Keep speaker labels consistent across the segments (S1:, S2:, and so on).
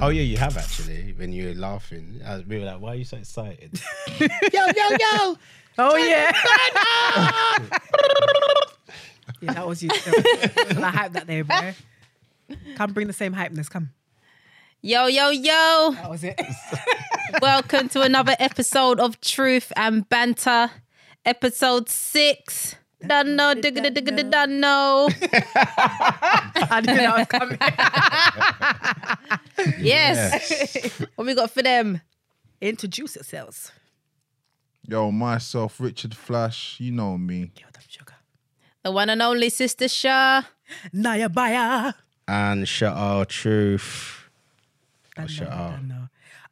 S1: Oh yeah, you have actually. When you were laughing, uh, we were like, "Why are you so excited?"
S2: yo, yo, yo.
S3: Oh yeah. yeah, that was you. I hype that there, bro. Come bring the same hypeness. Come.
S4: Yo, yo, yo.
S3: That was it.
S4: Welcome to another episode of Truth and Banter, episode six. Dun no, digga digga dun no.
S3: I knew that was coming.
S4: Yes. What we got for them?
S3: Introduce yourselves.
S5: Yo, myself, Richard Flash, you know me.
S3: Yo, them sugar.
S4: The one and only Sister Shah.
S3: Naya Baya.
S1: and shut our truth.
S3: Dunno,
S1: shut up.
S3: dunno.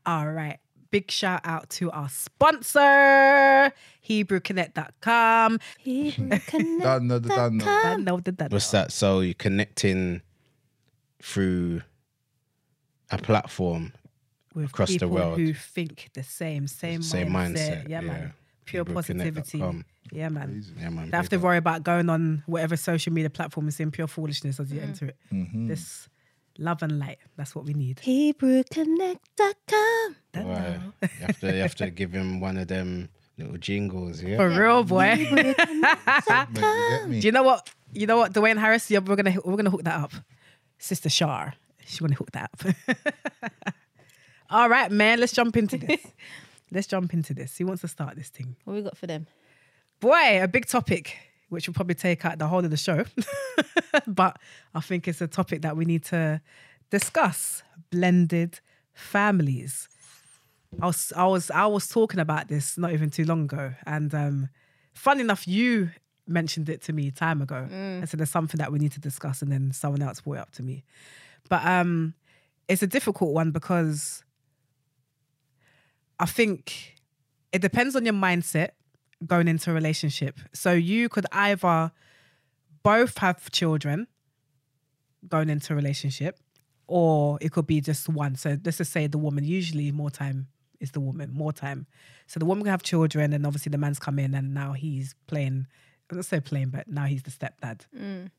S3: All right. Big shout out to our sponsor, HebrewConnect.com.
S5: Dun, dun, dun, dun, dun.
S3: That know that that.
S1: What's that? So you're connecting through a platform.
S3: with
S1: across the
S3: people
S1: world.
S3: who think the same, same,
S1: Same
S3: mindset.
S1: mindset, yeah.
S3: Yeah, man. Pure positivity.
S1: HebrewConnect.com.
S3: Yeah, man.
S1: Yeah, man.
S3: Don't have to
S1: big up.
S3: worry about going on whatever social media platform is in pure foolishness as you enter it. This love and light. That's what we need.
S4: HebrewConnect.com.
S3: Don't
S1: Why?
S3: know.
S1: You have to, you have to give him one of them little jingles. Yeah.
S3: For real, boy.
S5: Mate, you get me?
S3: Do you know what? You know what, Dwayne Harris. Yeah, we're gonna we're gonna hook that up. Sister Shar, she's gonna hook that up. All right, man. Let's jump into this. let's jump into this. Who wants to start this thing?
S4: What we got for them?
S3: boy, a big topic, which will probably take out the whole of the show. but I think it's a topic that we need to discuss: blended families. I was, I was, I was talking about this not even too long ago, and um, fun enough, you mentioned it to me time ago. and so there's something that we need to discuss, and then someone else brought it up to me. But um, it's a difficult one because I think it depends on your mindset going into a relationship. So you could either both have children going into a relationship, or it could be just one. So let's just say the woman, usually more time is the woman, more time. So the woman can have children, and obviously the man's come in, and now he's playing, let's say playing, but now he's the stepdad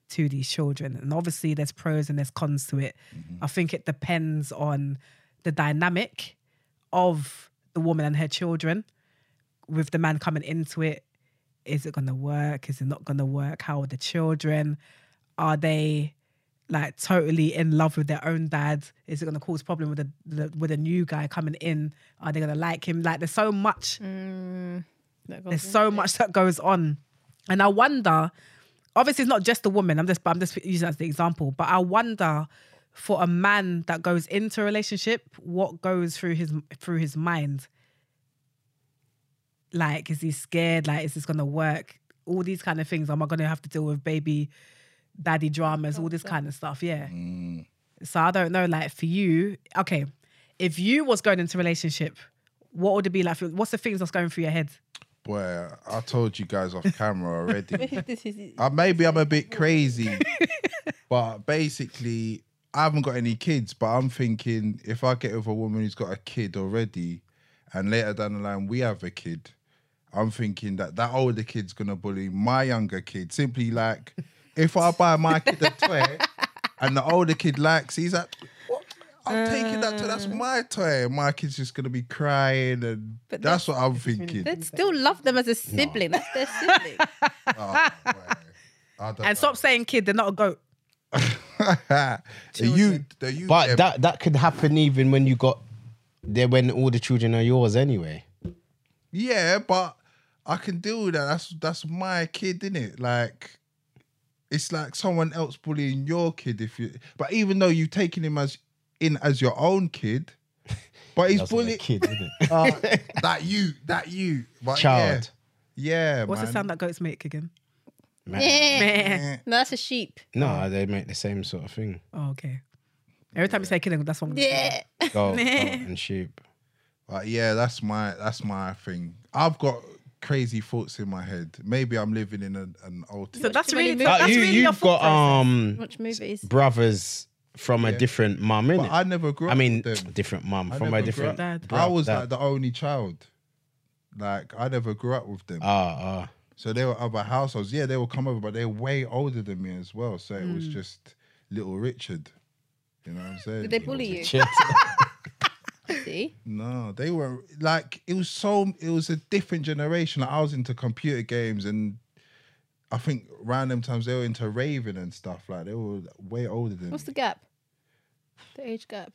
S3: to these children. And obviously there's pros and there's cons to it. I think it depends on the dynamic of the woman and her children with the man coming into it is it going to work is it not going to work how are the children are they like totally in love with their own dad is it going to cause problem with the, the with a new guy coming in are they going to like him like there's so much there's so much that goes on and i wonder obviously it's not just the woman i'm just i'm just using it as the example but i wonder for a man that goes into a relationship what goes through his through his mind like is he scared like is this gonna work all these kind of things am i gonna have to deal with baby daddy dramas all this kind of stuff yeah
S1: Mm.
S3: so i don't know like for you okay if you was going into a relationship what would it be like for, what's the things that's going through your head
S5: Boy, I told you guys off camera already. uh, maybe I'm a bit crazy, but basically, I haven't got any kids. But I'm thinking if I get with a woman who's got a kid already, and later down the line we have a kid, I'm thinking that that older kid's gonna bully my younger kid. Simply like, if I buy my kid a toy, and the older kid likes, he's like. "What? I'm taking that toy. That's my toy. My kid's just gonna be crying, and that's what I'm thinking.
S4: They'd still love them as a sibling. That's their sibling.
S5: Oh, boy. I don't
S3: and
S5: know.
S3: stop saying kid they're not a goat
S5: the youth, the youth.
S1: But
S5: them,
S1: that that could happen even when you got there when all the children are yours anyway.
S5: yeah, but I can deal with that. That's that's my kid, isn't it? Like, it's like someone else bullying your kid. If you, but even though you've taken him as in as your own kid, but he's
S1: That's not a
S5: bullying
S1: kid, isn't it?
S5: uh, that you, that you, but
S1: Child.
S5: Yeah, yeah
S3: what's
S5: man.
S3: the sound that goats make again
S1: Man.
S4: Yeah.
S5: Eh,
S4: No, that's a sheep.
S1: No, they make the same sort of thing.
S3: oh okay every time you say kid that's one
S4: Yeah.
S1: Goat, goat and sheep.
S5: But yeah, that's my that's my thing. I've got crazy thoughts in my head. Maybe I'm living in an, an
S3: so
S5: altered.
S3: that's
S4: Too many
S3: really
S4: moves.
S3: that's
S1: Uh, you
S3: really your
S1: you've got
S3: thought process.
S1: um
S4: Watch movies.
S1: brothers from a different mum,
S5: But I
S1: innit?
S5: never grew
S1: I,
S5: up.
S1: mean,
S5: with them.
S1: different mum
S5: I
S1: from
S5: never
S1: a
S5: grew
S1: different.
S3: Dad.
S1: bro-
S5: I was
S1: dad.
S5: like the only child. Like I never grew up with them.
S1: Ah, ah.
S5: so they were other households. Yeah, they would come over, but they're way older than me as well. So it was just little Richard. You know what I'm saying?
S4: Hmm. Did they bully you?
S1: Shit.
S4: See?
S5: No, they were like it was so it was a different generation. Like, I was into computer games and I think random times they were into raving and stuff. Like they were way older than
S4: What's the
S5: me.
S4: gap? The age gap.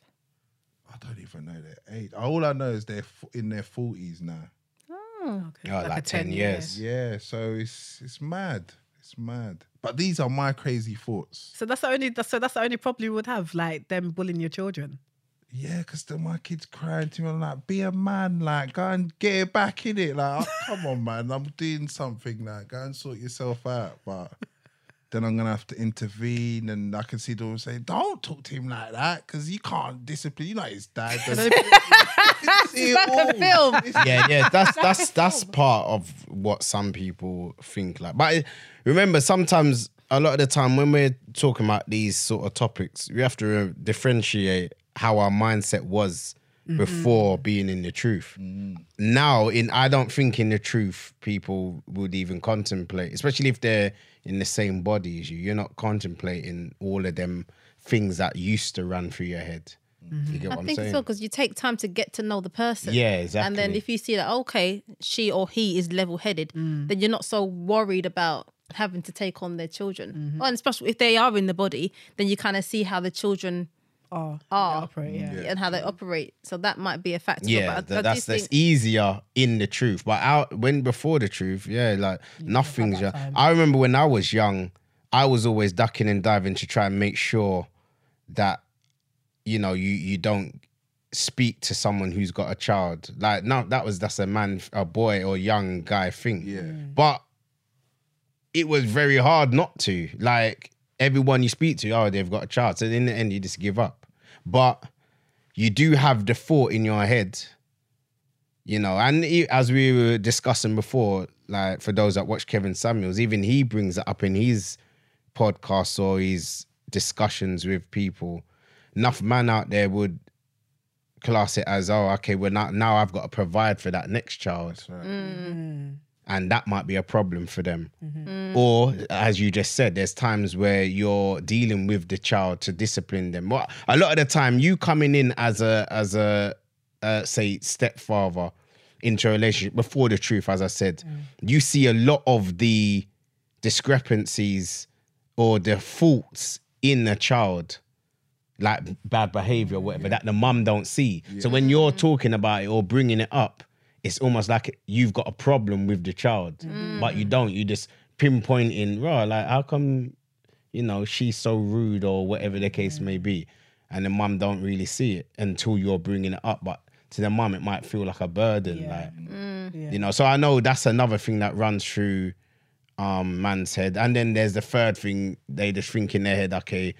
S5: I don't even know their age. All I know is they're f- in their forties now.
S4: Oh.
S3: Okay,
S1: Oh,
S3: a
S1: like 10 years.
S5: Yeah, so it's it's mad. It's mad. But these are my crazy thoughts.
S3: So that's the only. that's- So that's the only problem you would have, like them bullying your children.
S5: Yeah, because then my kids crying to me. I'm like, be a man, like, go and get it back in it. Like, oh, come on, man, I'm doing something. Like, go and sort yourself out. But then I'm gonna have to intervene, and I can see them saying, don't talk to him like that, because you can't discipline. You know his dad. That's
S2: Oh.
S4: Like a film.
S1: yeah, yeah. That's that's that's part of what some people think like. But it- remember, sometimes a lot of the time when we're talking about these sort of topics, we have to uh, differentiate how our mindset was before being in the truth.
S4: Mm.
S1: Now, in I don't think in the truth people would even contemplate, especially if they're in the same body as you. You're not contemplating all of them things that used to run through your head. You get what I
S4: I
S1: am
S4: think
S1: saying?
S4: it's because you take time to get to know the person.
S1: Yeah,
S4: And then
S1: exactly.
S4: if you see that okay, she or he is level headed, then you're not so worried about having to take on their children. Oh, and especially if they are in the body, then you kind of see how the children
S3: Oh,
S4: Ah.
S3: yeah, operate, yeah.
S4: and how they operate. So that might be a factor.
S1: Yeah,
S4: but I,
S1: tha-
S4: I do
S1: that's that's
S4: think
S1: easier in the truth. But out when before the truth, yeah, like nothing's.
S3: that
S1: yeah.
S3: time.
S1: I remember when I was young, I was always ducking and diving to try and make sure that you know you you don't speak to someone who's got a child. Like no, that was that's a man, a boy or young guy thing.
S5: Yeah. Mm.
S1: but it was very hard not to. Like everyone you speak to, oh, they've got a child. So in the end, you just give up. But you do have the thought in your head, you know. And e- as we were discussing before, like for those that watch Kevin Samuels, even he brings it up in his podcasts or his discussions with people. Enough man out there would class it as, oh, okay, we're not now. I've got to provide for that next child
S4: mm,
S3: Mm.
S1: and that might be a problem for them.
S4: mm,
S1: Or, as you just said, there's times where you're dealing with the child to discipline them. Well, a lot of the time, you coming in as a as a uh, say stepfather into a relationship before the truth, as I said, you see a lot of the discrepancies or the faults in a child like bad behavior or whatever that the mum don't see. So when you're talking about it or bringing it up, it's almost like you've got a problem with the child, but you don't. You just pinpointing, raw, like how come, you know, she's so rude or whatever the case may be, and the mum don't really see it until you're bringing it up. But to the mum, it might feel like a burden,
S3: Yeah.
S1: like
S4: Mm.
S3: Yeah.
S1: you know. So I know that's another thing that runs through um man's head. And then there's the third thing they just think in their head, okay,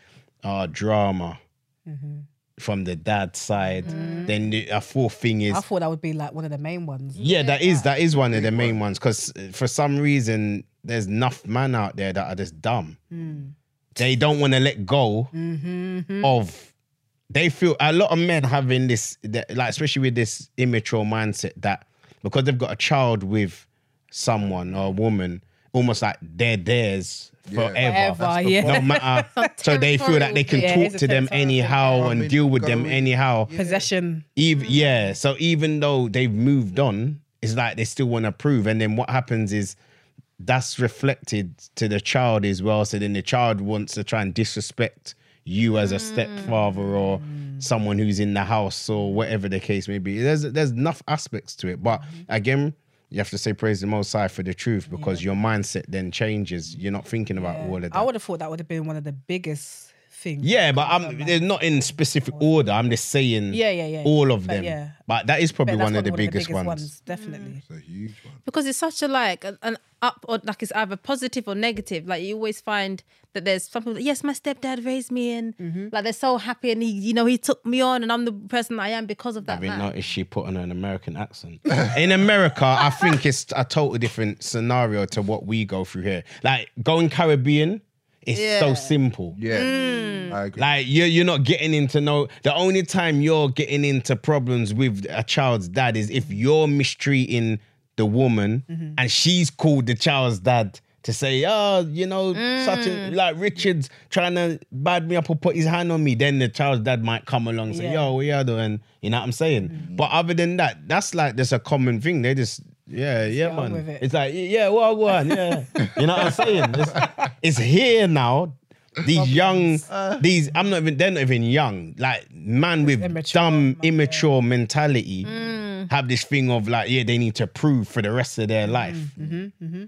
S1: uh drama
S3: Mm-hmm.
S1: from the dad side. Then the, a fourth thing is
S3: I thought that would be like one Mm-hmm. of the main ones.
S1: yeah, that is that is one of the main ones because for some reason there's enough man out there that are just dumb.
S3: Mm.
S1: They don't want to let go
S3: Mm-hmm,
S1: of. They feel a lot of men having this, that- like especially with this immature mindset that because they've got a child with someone or a woman, almost like they're theirs
S5: Yeah.
S1: forever.
S3: Forever, yeah.
S1: No matter, so they feel that they can
S3: Yeah, it
S1: talk
S3: is a
S1: to them
S3: territorial thing.
S1: anyhow and
S5: mean,
S1: deal with
S5: go
S1: them
S5: with-
S1: anyhow.
S3: Possession.
S1: Even yeah, so even though they've moved on, it's like they still want to prove. And then what happens is that's reflected to the child as well. So then the child wants to try and disrespect you as a stepfather or someone who's in the house or whatever the case may be. There's there's enough aspects to it, but again. You have to say praise the most high for the truth because your mindset then changes. You're not thinking about all of that.
S3: I would have thought that would have been one of the biggest things.
S1: Yeah, but I'm they're not in specific order. I'm just saying
S3: Yeah, yeah, yeah.
S1: all of
S3: But
S1: them.
S3: yeah.
S1: But that is
S3: But
S1: probably
S3: that's
S1: one of the biggest, ones.
S3: definitely.
S4: Mm.
S5: It's a huge one.
S4: because it's such a like an, an up or like it's either positive or negative. Like you always find that there's something. Like, yes, my stepdad raised me, and like they're so happy, and he, you know, he took me on, and I'm the person I am because of that.
S1: Have you
S4: man.
S1: noticed she put on an American accent? In America, I think it's a total different scenario to what we go through here. Like going Caribbean, it's so simple.
S5: Yeah, I agree.
S1: Like you're you're not getting into no. The only time you're getting into problems with a child's dad is if you're mistreating the woman and she's called the child's dad to say, oh, you know, such a, like Richard's trying to bad me up or put his hand on me, then the child's dad might come along and say,
S3: Yeah.
S1: yo, we are doing, you know what I'm saying? But other than that, that's like, that's a common thing. They just, yeah, yeah,
S3: get
S1: man.
S3: on with it.
S1: It's like, yeah, well, go on, yeah. you know what I'm saying? It's, it's here now. These young,
S3: Uh.
S1: these, I'm not even, they're not even young. Like, man with
S3: immature,
S1: dumb,
S3: man, yeah. Mm.
S1: immature mentality have this thing of like, yeah, they need to prove for the rest of
S3: Mm-hmm,
S1: their life.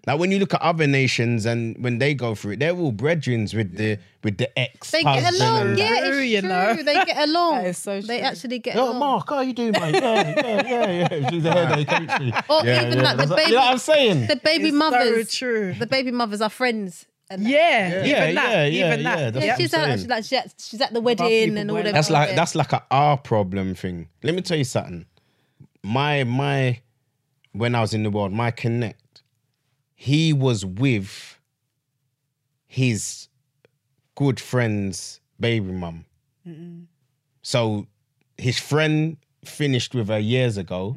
S1: Like when you look at other nations and when they go through it, they're all brethrens with the with the ex.
S4: They get
S1: husband
S4: along,
S1: and-
S4: yeah, it's
S3: True,
S4: true.
S3: you know.
S4: They get along.
S3: That is so
S4: They
S3: true.
S4: actually get
S1: Oh,
S4: along.
S1: Mark, how you doing, mate? Yeah, yeah, yeah, yeah. She's a headache, ain't she?
S4: Or
S1: Yeah,
S4: even
S1: yeah.
S4: like the
S1: That's-
S4: baby,
S1: You know what I'm saying?
S4: the baby
S3: It's
S4: mothers.
S3: So true.
S4: The baby mothers are friends. And that.
S3: Yeah,
S1: Yeah,
S3: even that,
S1: yeah, yeah,
S3: even that.
S1: yeah, that's
S4: Yeah,
S1: what
S4: she's
S1: I'm
S4: at,
S1: saying.
S4: she's, at, she's at- she's at the wedding
S3: people
S4: and all
S3: wearing
S4: that.
S1: That's like that's like a our problem thing. Let me tell you something. My my when I was in the world, my connect, he was with his good friend's baby mum. So his friend finished with her years ago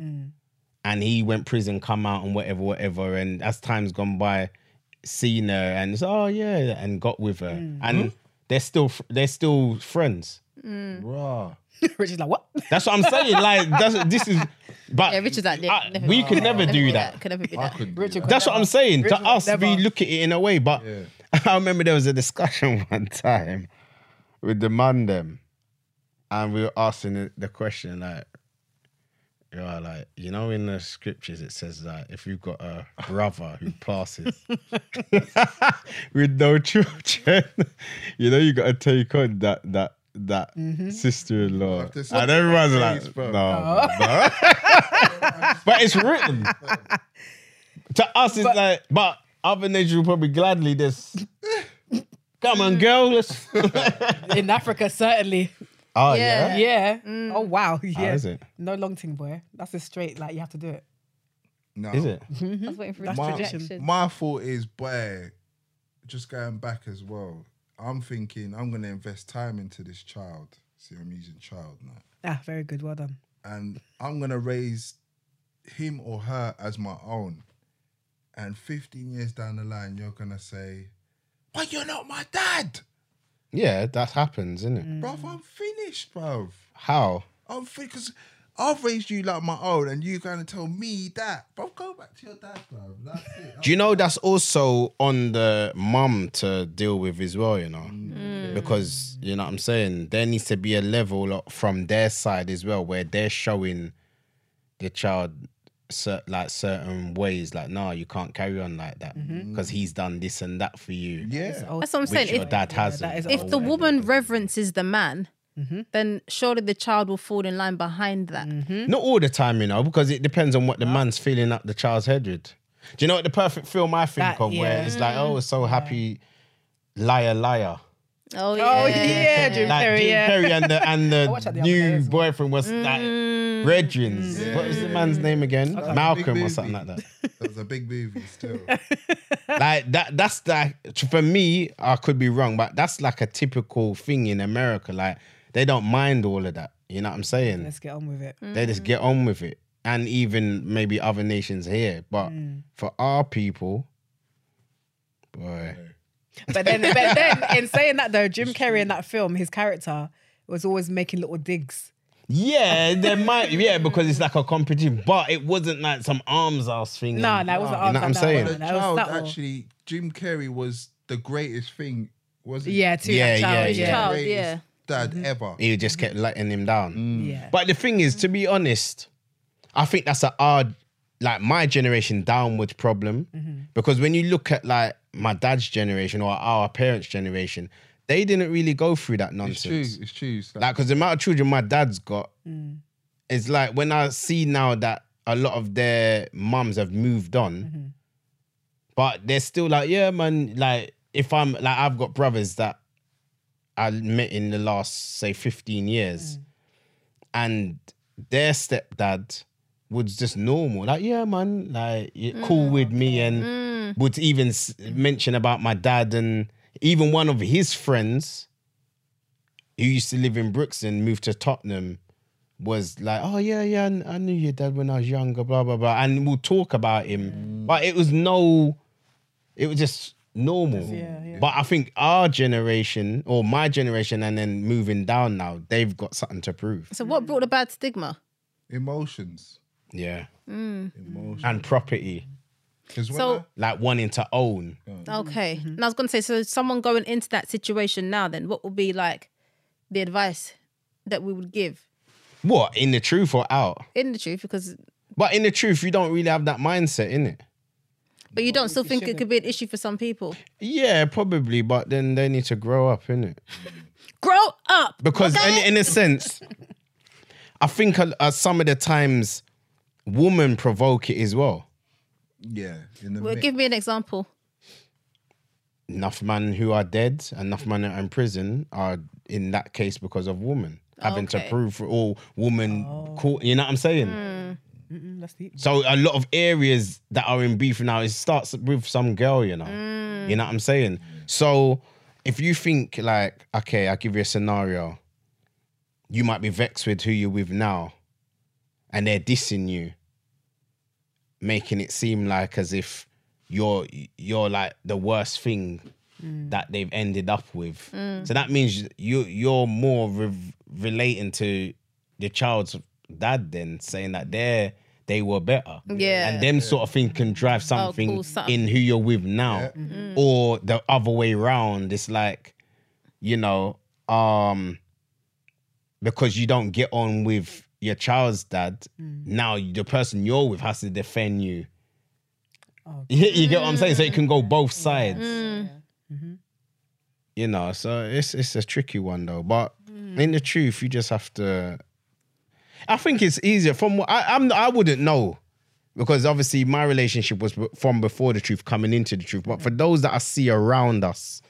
S1: and he went prison, come out and whatever, whatever. And as time's gone by, seen her and it's oh yeah, and got with her. And they're still they're still friends.
S5: Raw.
S3: Rich is like, what?
S1: That's what I'm saying. Like that's, this is, but
S4: Yeah, Richard's like,
S1: I-
S4: never
S1: we
S4: be
S1: could never do that.
S4: Could never be
S5: I
S4: that.
S5: couldn't.
S3: Richard
S5: do that.
S1: That's what I'm saying.
S3: Richard
S1: to us,
S3: would
S1: we
S3: never.
S1: look at it in a way. But
S5: Yeah.
S1: I remember there was a discussion one time with the man them, and we were asking the, the question like, you know, like you know, in the scriptures it says that if you've got a brother who passes with no children, you know, you got to take on that that that sister-in-law,
S5: Have to say-
S1: and everyone's
S5: Please,
S1: like,
S5: bro.
S1: no. no. But it's written. to us, it's like, but other nations will probably gladly just come on, girl. Let's.
S3: In Africa, certainly.
S1: Oh
S4: Yeah. Mm.
S3: Yeah. Oh wow.
S1: How
S3: Yeah.
S1: is it?
S3: No long ting, boy. That's a straight. Like you have to do it.
S5: No.
S1: Is it?
S4: I was waiting for
S3: That's
S4: Richard's
S3: tradition.
S4: reaction.
S5: My thought is, boy, just going back as well. I'm thinking I'm gonna invest time into this child. See, I'm using child now,
S3: Ah, very good. Well done.
S5: and I'm gonna raise him or her as my own. And 15 years down the line, you're gonna say, "Why you're not my dad,
S1: Yeah, that happens, isn't it?
S3: Mm.
S5: bruv? I'm finished, bruv.
S1: How?
S5: I'm because." I've raised you like my own, and you're gonna tell me that, bruv. Go back to your dad, bruv. That's it.
S1: Do you know that's also on the mum to deal with as well, you know?
S4: Mm.
S1: Because, you know what I'm saying? There needs to be a level of- from their side as well where they're showing the child cer- like certain ways, like, no, you can't carry on like that
S3: Mm-hmm.
S1: because he's done this and that for you.
S5: yeah.
S4: That's what I'm
S1: Which
S4: saying.
S1: your
S4: If,
S1: dad has.
S3: that is
S1: not
S3: an
S4: if the woman reverences the man,
S1: Mm-hmm.
S4: then surely the child will fall in line behind that.
S1: Not all the time, you know, because it depends on what the man's feeling up the child's head with. Do you know what the perfect film I think
S3: That-
S1: of where
S3: yeah.
S1: it's like, oh, so happy, liar, liar.
S4: Oh yeah.
S3: Oh yeah, Jim
S1: like
S3: Carrey.
S1: Jim
S3: yeah.
S1: Carey and the and
S3: watched
S1: the
S3: that the other day
S1: new
S3: as well.
S1: boyfriend was like
S3: Mm.
S1: Redrins. What was the man's name again? Malcolm
S5: Big
S1: or
S5: movie.
S1: something like that.
S5: That was a big movie still.
S1: like that. That's like for me. I could be wrong, but that's like a typical thing in America. Like they don't mind all of that. You know what I'm saying?
S3: Let's get on with it.
S1: They just get on with it, and even maybe other nations here. But
S3: Mm.
S1: for our people, boy,
S3: But then, but then, in saying that though, Jim Carrey in that film, his character was always making little digs.
S1: yeah, there might, yeah, because it's like a competition. But it wasn't like some arms ass thing.
S3: No, no, it wasn't arms
S1: Oh, You know what I'm
S3: like that,
S1: saying?
S5: the
S3: wasn't it? That was
S5: child
S3: subtle.
S5: actually, Jim Carrey was the greatest thing, wasn't he?
S3: Yeah, to
S1: Yeah,
S3: that child.
S1: yeah, Mm-hmm.
S3: Yeah,
S1: yeah.
S4: Child,
S5: Greatest
S4: yeah.
S5: Dad ever.
S1: He just kept letting him down.
S5: Mm.
S3: Yeah.
S1: Mm. But the thing is, to be honest, I think that's a hard, like my generation downward problem.
S5: Mm-hmm.
S1: Because when you look at like my dad's generation or our parents' generation, they didn't really go through that
S5: It's true.
S1: nonsense.
S5: It's true. It's
S1: Like, because the amount of children my dad's got, it's like when I see now that a lot of their mums have moved on, but they're still like, yeah, man, like if I'm like, I've got brothers that I met in the last, say, 15 years, and their stepdad was just normal, like, yeah, man, like, y- cool with me, and would even s- mention about my dad, and even one of his friends who used to live in Brixton moved to Tottenham was like, oh yeah, yeah, I kn- I knew your dad when I was younger, blah blah blah, and we'll talk about him, but it was no, It was just normal.
S3: Yeah, yeah.
S1: But I think our generation or my generation and then moving down now, they've got something to prove.
S4: So what brought the bad stigma?
S5: Emotions.
S1: Yeah.
S3: Mm.
S5: Emotions.
S1: And property.
S5: 'Cause when
S4: So-
S5: I-
S1: Like wanting to own.
S4: Okay. And I was going to say, so someone going into that situation now, then what would be like the advice that we would give
S1: What? In the truth or out?
S4: in the truth? Because
S1: But in the truth, you don't really have that mindset, in it.
S4: but you don't still think it could be an issue for some people.
S1: Yeah, probably, but then they need to grow up, innit?
S4: Grow up.
S1: Because
S4: okay?
S1: in, in a sense, I think uh, uh, some of the times women provoke it as well.
S5: yeah, in the
S4: well,
S5: mix.
S4: give me an example.
S1: Enough men who are dead, enough men that are in prison are in that case because of women having
S4: Okay.
S1: to prove for all woman caught. You know what I'm saying?
S3: Mm, That's deep.
S1: So a lot of areas that are in beef now, it starts with some girl, you know. You know what I'm saying? So if you think like, okay, I'll give you a scenario. You might be vexed with who you're with now, and they're dissing you, making it seem like as if you're you're like the worst thing
S4: Mm.
S1: that they've ended up with. So that means you you're more re- relating to the child's dad then saying that they they were better.
S4: Yeah. Oh,
S1: And them sort of thing can drive something
S4: cool, something.
S1: in who you're with now.
S5: Yeah.
S4: Mm.
S1: Or the other way round. It's like, you know, um because you don't get on with your child's dad, now the person you're with has to defend you.
S3: Oh,
S1: You, you get what I'm saying? So it can go both sides. You know, so it's it's a tricky one though. But
S4: Hmm.
S1: in the truth, you just have to. I think it's easier from what I, I'm. I wouldn't know because obviously my relationship was b- from before the truth coming into the truth.
S4: Hmm.
S1: But for those that I see around us,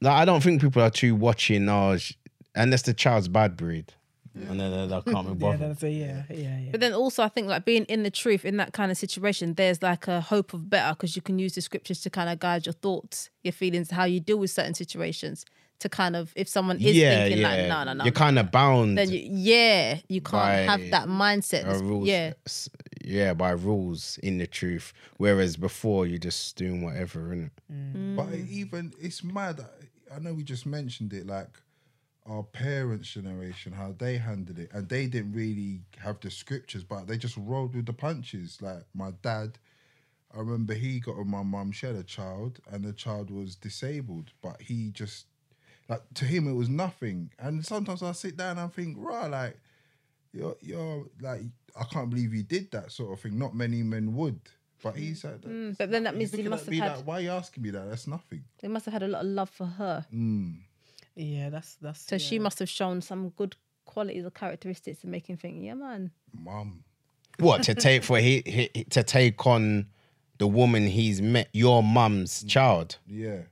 S1: like I don't think people are too watching. Oh, sh- unless the child's bad breed, and then they, they can't be
S3: Yeah,
S1: bothered.
S3: that's a, yeah, yeah, yeah.
S4: But then also, I think like being in the truth in that kind of situation, there's like a hope of better because you can use the scriptures to kind of guide your thoughts, your feelings, how you deal with certain situations. To kind of, if someone is thinking like, no, no, no,
S1: You're kind of bound.
S4: then you, yeah, you can't
S1: by
S4: have that mindset.
S1: uh, rules.
S4: Yeah,
S1: s- yeah, by rules in the truth. Whereas before, you're just doing whatever, innit?
S5: But it even it's mad. I- I know we just mentioned it, like our parents' generation, how they handled it, and they didn't really have the scriptures, but they just rolled with the punches. Like my dad, I remember he got with my mum. She had a child, and the child was disabled, but he just like to him it was nothing. And sometimes I sit down and I think, right, like you're you're like I can't believe you did that sort of thing. Not many men would. But he's like,
S4: but then that means
S5: he's
S4: he
S5: looking
S4: must
S5: at
S4: have
S5: me
S4: had-
S5: like, why are you asking me that? That's nothing.
S4: they must have had a lot of love for her,
S3: yeah, that's that's.
S4: so
S3: yeah.
S4: she must have shown some good qualities or characteristics to make him think, yeah, man,
S5: Mum.
S1: What to take for he, he to take on the woman he's met, your mum's child?
S5: Yeah.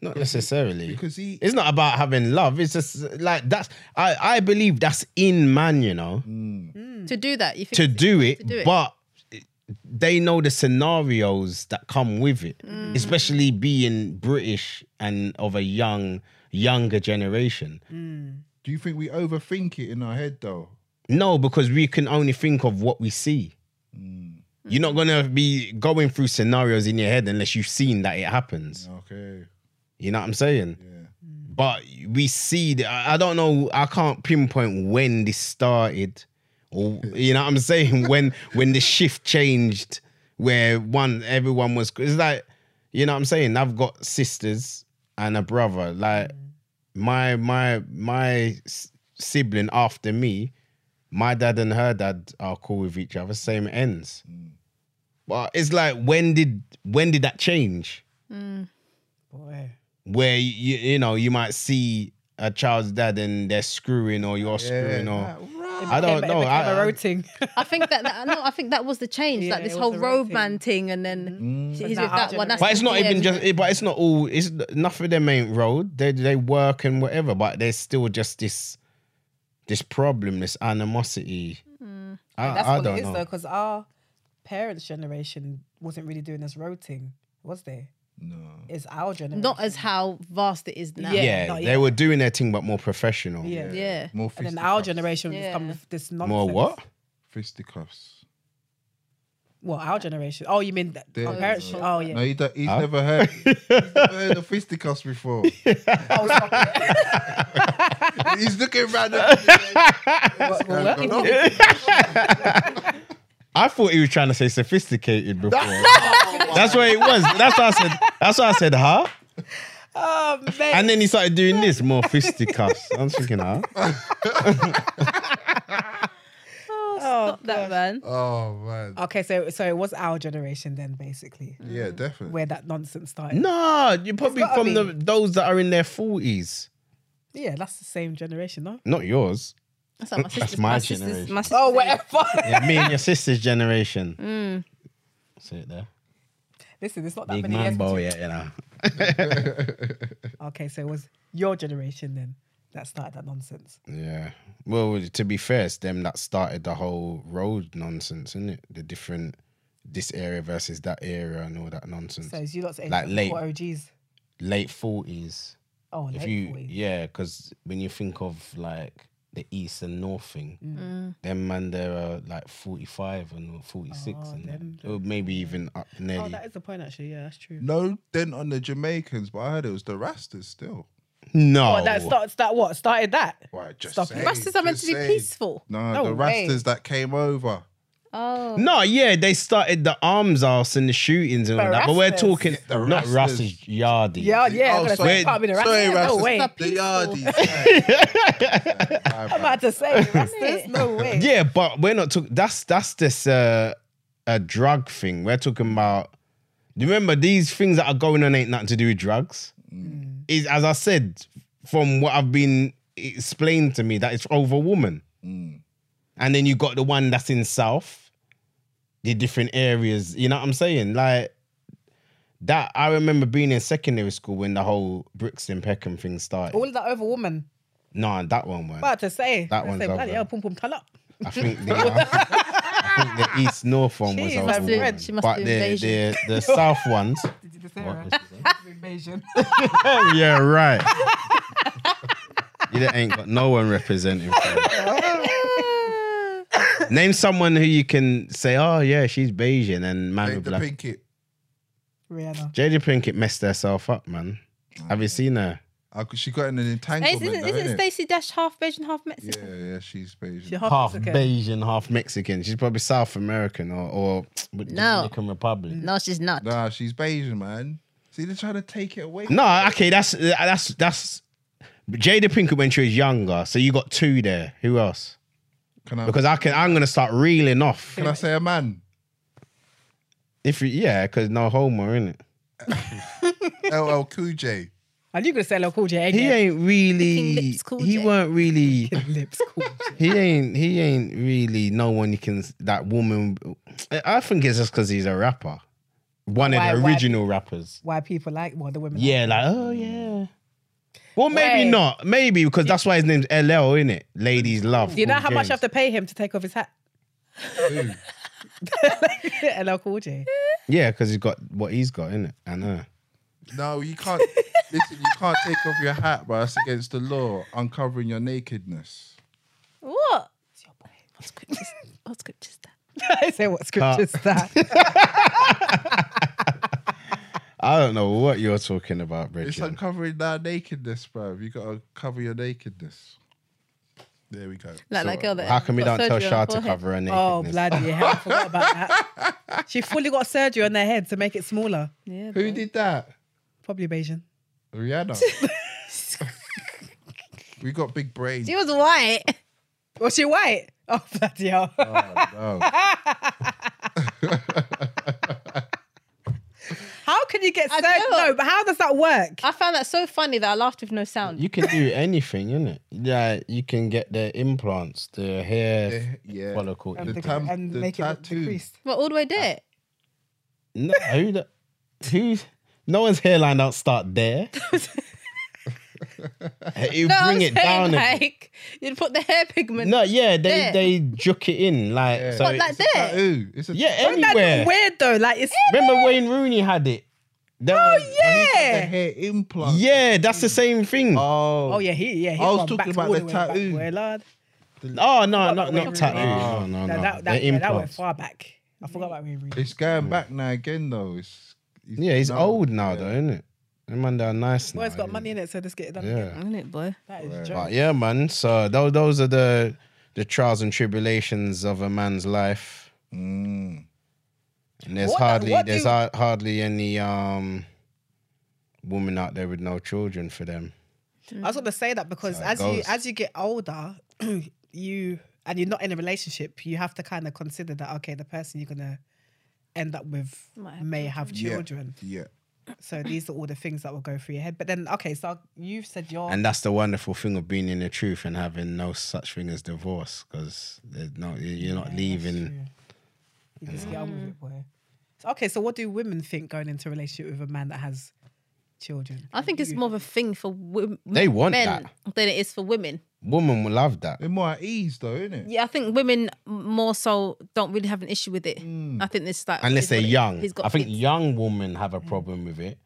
S1: Not necessarily.
S5: Because he
S1: it's not about having love. It's just like that's. I I believe that's in man. You know,
S4: to do that, you think
S1: to
S4: it's-
S1: do it,
S4: do it.
S1: but they know the scenarios that come with it,
S4: Mm.
S1: especially being British and of a young younger generation.
S5: do you think we overthink it in our head though?
S1: No, because we can only think of what we see. You're not gonna be going through scenarios in your head unless you've seen that it happens.
S5: Okay.
S1: You know what I'm saying?
S5: Yeah.
S1: But we see that. I I don't know. I can't pinpoint when this started, or you know what I'm saying. When when the shift changed, where one everyone was. It's like you know what I'm saying. I've got sisters and a brother. Like my my my s- sibling after me, my dad and her dad are cool with each other. Same ends. But it's like when did when did that change?
S3: Boy.
S1: where you you know you might see a child's dad and they're screwing or you're screwing or
S5: Nah, right.
S1: I don't
S3: It
S1: know.
S3: became
S1: I,
S3: a roting.
S4: I think that, that no, I think that was the change,
S3: Yeah,
S4: like this
S3: it was
S4: whole
S3: the right thing.
S4: roadman thing, and then he's with
S3: now our
S4: that one. That's
S1: but it's
S4: the-
S1: not
S4: yeah,
S1: even just. But it's not all. It's enough of them ain't road. They they work and whatever. But there's still just this this problem, this animosity. I,
S3: Mm. That's
S1: I
S3: what
S1: don't
S3: it is though,
S1: know.
S3: because our parents' generation wasn't really doing this roting, was they?
S5: No.
S3: It's our generation.
S4: not as how vast it is now.
S3: Yeah,
S1: Yeah,
S3: not
S1: they
S3: yet.
S1: were doing their thing, but more professional.
S3: yeah.
S4: yeah.
S5: More
S3: And then
S5: fisticuffs.
S3: our generation was just
S4: Yeah.
S3: come with this nonsense.
S1: More what?
S5: Fisticuffs.
S3: Well, our generation. Oh, you mean that,
S5: Their-
S3: our parents?
S5: No.
S3: Oh, yeah.
S5: No, he don't, he's never heard. he's never heard of fisticuffs before.
S3: Oh, sorry.
S5: he's looking round. at-
S3: What- what?
S5: This guy's got nothing.
S1: I thought he was trying to say sophisticated before. that's what it was. That's what I said. That's what I said, huh?
S3: Oh, mate.
S1: And then he started doing this more fisticuffs. I'm thinking, huh?
S4: Stop that, man.
S5: Oh man.
S3: okay, so so it was our generation then, basically,
S5: Yeah, definitely.
S3: where that nonsense started.
S1: Nah, you're probably
S3: gotta
S1: from the
S3: be.
S1: those that are in their forties,
S3: Yeah, that's the same generation, no?
S1: not yours.
S4: That's, like my sister's,
S1: my
S4: sister's-
S1: generation.
S4: my sister's
S3: Oh,
S4: age.
S3: whatever.
S1: Yeah, me and your sister's generation. See it there,
S3: Listen, it's not Mm. that
S1: big
S3: many
S1: man
S3: years.
S1: boy.
S3: between-
S1: Yeah, you know.
S3: Okay, so it was your generation then that started that nonsense.
S1: Yeah. Well, to be fair, it's them that started the whole road nonsense, isn't it? The different this area versus that area and all that nonsense.
S3: So it's you lot's age
S1: Mm. Like late.
S3: or OGs.
S1: late forties.
S3: Oh,
S1: If
S3: late
S1: you
S3: 40s.
S1: yeah, because when you think of like the east and north thing,
S3: Mm.
S1: them man there are like forty five and forty six
S3: Oh,
S1: and that.
S3: them-
S1: or maybe even up
S3: Oh,
S1: nearly.
S3: that is the point, actually. Yeah, that's true.
S5: No dent on the Jamaicans, but I heard it was the Rastas still.
S1: no,
S3: Oh, that starts that what started that?
S5: Why just
S3: Stop it.
S5: saying,
S4: Rastas are meant
S5: just
S4: to be
S5: saying.
S4: peaceful.
S5: No,
S3: No
S5: the
S3: way.
S5: Rastas that came over.
S4: Oh.
S1: no, yeah, they started the arms house and the shootings and all that. But we're
S3: Barrastas.
S1: talking
S5: Yeah, the
S1: not
S5: Rastas.
S1: Rastas Yardi.
S3: Yeah, yeah.
S5: Oh,
S3: I'm gonna
S5: sorry.
S3: say, it can't be the Rastas.
S5: Sorry,
S3: no
S5: Rastas.
S3: way.
S5: The Yardies.
S3: I'm about to say Rastas. No way.
S1: Yeah, but we're not talking. That's that's this uh, a drug thing. We're talking about. Do you remember these things that are going on ain't nothing to do with drugs? Is as I said from what I've been explained to me that it's over woman, and then you got the one that's in south, the different areas. You know what I'm saying? Like that. I remember being in secondary school when the whole Brixton Peckham thing started.
S3: All of that over woman.
S1: No, that one was.
S3: About to say.
S1: That
S3: I
S1: one's
S3: say,
S1: over.
S3: bloody hell, pum pum tell up.
S1: I think the, I think the East North one was
S3: Jeez,
S1: our
S3: that's
S1: old
S3: good.
S1: one.
S4: She must
S1: but
S4: be
S1: the,
S4: invasion.
S1: the the South ones.
S3: Did you
S1: What?
S3: Invasion.
S1: Oh, yeah, right. you lot ain't got no one representing. fam. Name someone who you can say, "Oh yeah, she's Bayesian," and man
S5: Take
S1: would
S5: the
S1: be like,
S5: pinky.
S3: Rihanna.
S1: "Jada Pinkett messed herself up, man." Have you seen her?
S5: I could- Oh, She got in an
S4: Hey, Isn't,
S5: entanglement.
S4: isn't,
S5: though, innit?
S4: Stacey Dash half Beige and half Mexican?
S5: Yeah, yeah, she's
S3: She
S5: Beijing.
S3: half,
S1: Half
S3: Mexican.
S1: Bayesian, half Mexican. She's probably South American or or Dominican Republic.
S4: No, she's not.
S5: Nah, she's Beijing, man. See, they're trying to take it away.
S1: No, okay, that's that's that's Jada Pinkett when she was younger. So you got two there. Who else?
S5: Can I?
S1: Because I can, I'm gonna start reeling off.
S5: can I say a man?
S1: If you, yeah, because no homo in it.
S5: LL Cool J.
S3: And you could say LL Cool J. ain't
S1: He
S3: you?
S1: ain't really.
S4: Licking lips, Cool
S1: he
S4: J.
S1: weren't really.
S3: Lips Cool J.
S1: He ain't. He ain't really. No one you can. That woman. I think it's just because he's a rapper, one
S3: Why-
S1: of the
S3: why-
S1: original rappers.
S3: Why people like well the women.
S1: Yeah, like oh yeah. Well, maybe
S3: Wait.
S1: not. Maybe because that's why his name's LL, isn't it? Ladies love.
S3: Do you know
S1: Cool
S3: how much
S1: James.
S3: you have to pay him to take off his hat?
S5: Who?
S3: LL Cool J.
S1: Yeah, because he's got what he's got in it. I know.
S5: No, you can't. listen, you can't take off your hat, bro. That's against the law. Uncovering your nakedness.
S4: What? What script is, what script is that?
S3: I say what script
S1: Cut.
S3: is that?
S1: I don't know what you're talking about,
S5: It's
S1: Bridget.
S5: uncovering our nakedness, bro. You gotta cover your nakedness. There we go.
S4: Like that girl that
S1: How come we
S4: got
S1: don't tell
S4: surgery on her
S1: Shah to
S4: forehead?
S1: cover her nakedness?
S3: oh bloody hell! I forgot about that. She fully got surgery on her head to make it smaller.
S4: Yeah,
S5: Who
S4: bro.
S5: did that?
S3: Probably Bayesian.
S5: Rihanna. we got big brains.
S4: She was white.
S3: Was she white? Oh bloody hell!
S5: Oh,
S3: How can you get
S4: I
S3: surgery?
S4: know.
S3: No, but how does that work?
S4: I found that so funny that I laughed with no sound.
S1: You can do anything, innit? Yeah, you can get the implants, the hair
S5: yeah. yeah.
S1: follicle.
S5: the
S1: implant.
S5: tam- the tattoo.
S4: Well, all the way there.
S1: No, who the, who? No one's hairline don't start there. you
S4: No,
S1: Ah, bring
S4: I'm
S1: it
S4: saying
S1: down. a bit.
S4: like you'd put the hair pigment.
S1: no, yeah, they
S4: there.
S1: they juke it in like so.
S4: But like
S1: it's-
S4: there.
S5: Tattoo. It's a
S1: yeah,
S3: Isn't that
S1: anywhere.
S3: weird though? Like it's
S1: Remember Wayne Rooney had it. oh
S5: The
S3: yeah.
S5: hair implant.
S1: yeah, that's the same thing.
S5: Oh.
S3: Oh yeah, he yeah. He's
S5: I was
S3: gone
S5: talking
S3: back to
S5: about
S3: all
S5: the
S3: way
S5: tattoo.
S3: Back, boy, lad.
S1: Oh no, not
S3: Wayne
S1: not tattoo. Oh, No, no,
S3: No,
S1: no.
S3: that,
S1: They're
S3: that, yeah, that went
S1: implants.
S3: far back. I forgot about Rain Reed.
S5: It's going back now again though. It's, it's
S1: Yeah, he's
S5: no-
S1: old now
S5: yeah.
S1: though, isn't it? Them man, they're nice now.
S3: Well, it's got
S1: innit?
S3: money in it, so let's get it done. again.
S1: Yeah.
S4: Isn't it, boy?
S3: That is a
S1: But
S3: joke.
S1: yeah, man. So those those are the the trials and tribulations of a man's life.
S5: Mm.
S1: And there's
S3: What-
S1: hardly
S3: what do
S1: there's
S3: you-
S1: har- hardly any um woman out there with no children for them.
S3: I was going to say that because
S1: So it
S3: as you
S1: goes.
S3: as you get older, you and you're not in a relationship, you have to kind of consider that okay, the person you're gonna end up with
S4: Might have
S3: may have children.
S5: Yeah.
S3: So these are all the things that will go through your head. But then, okay, so you've said your
S1: And that's the wonderful thing of being in the truth and having no such thing as divorce because there's no you're not leaving.
S3: you just get on
S4: Mm.
S3: with it, boy. So, okay, so what do women think going into a relationship with a man that has children?
S4: I think it's more of a thing for women.
S1: They want
S4: men than it is for women.
S1: Woman will love that.
S5: They're more at ease though, isn't it?
S4: Yeah, I think women m- more so don't really have an issue with it. I think this like
S1: Mm. Unless
S4: he's
S1: they're
S4: got-
S1: young.
S4: He's got.
S1: I think
S4: kids.
S1: young women have a problem with it.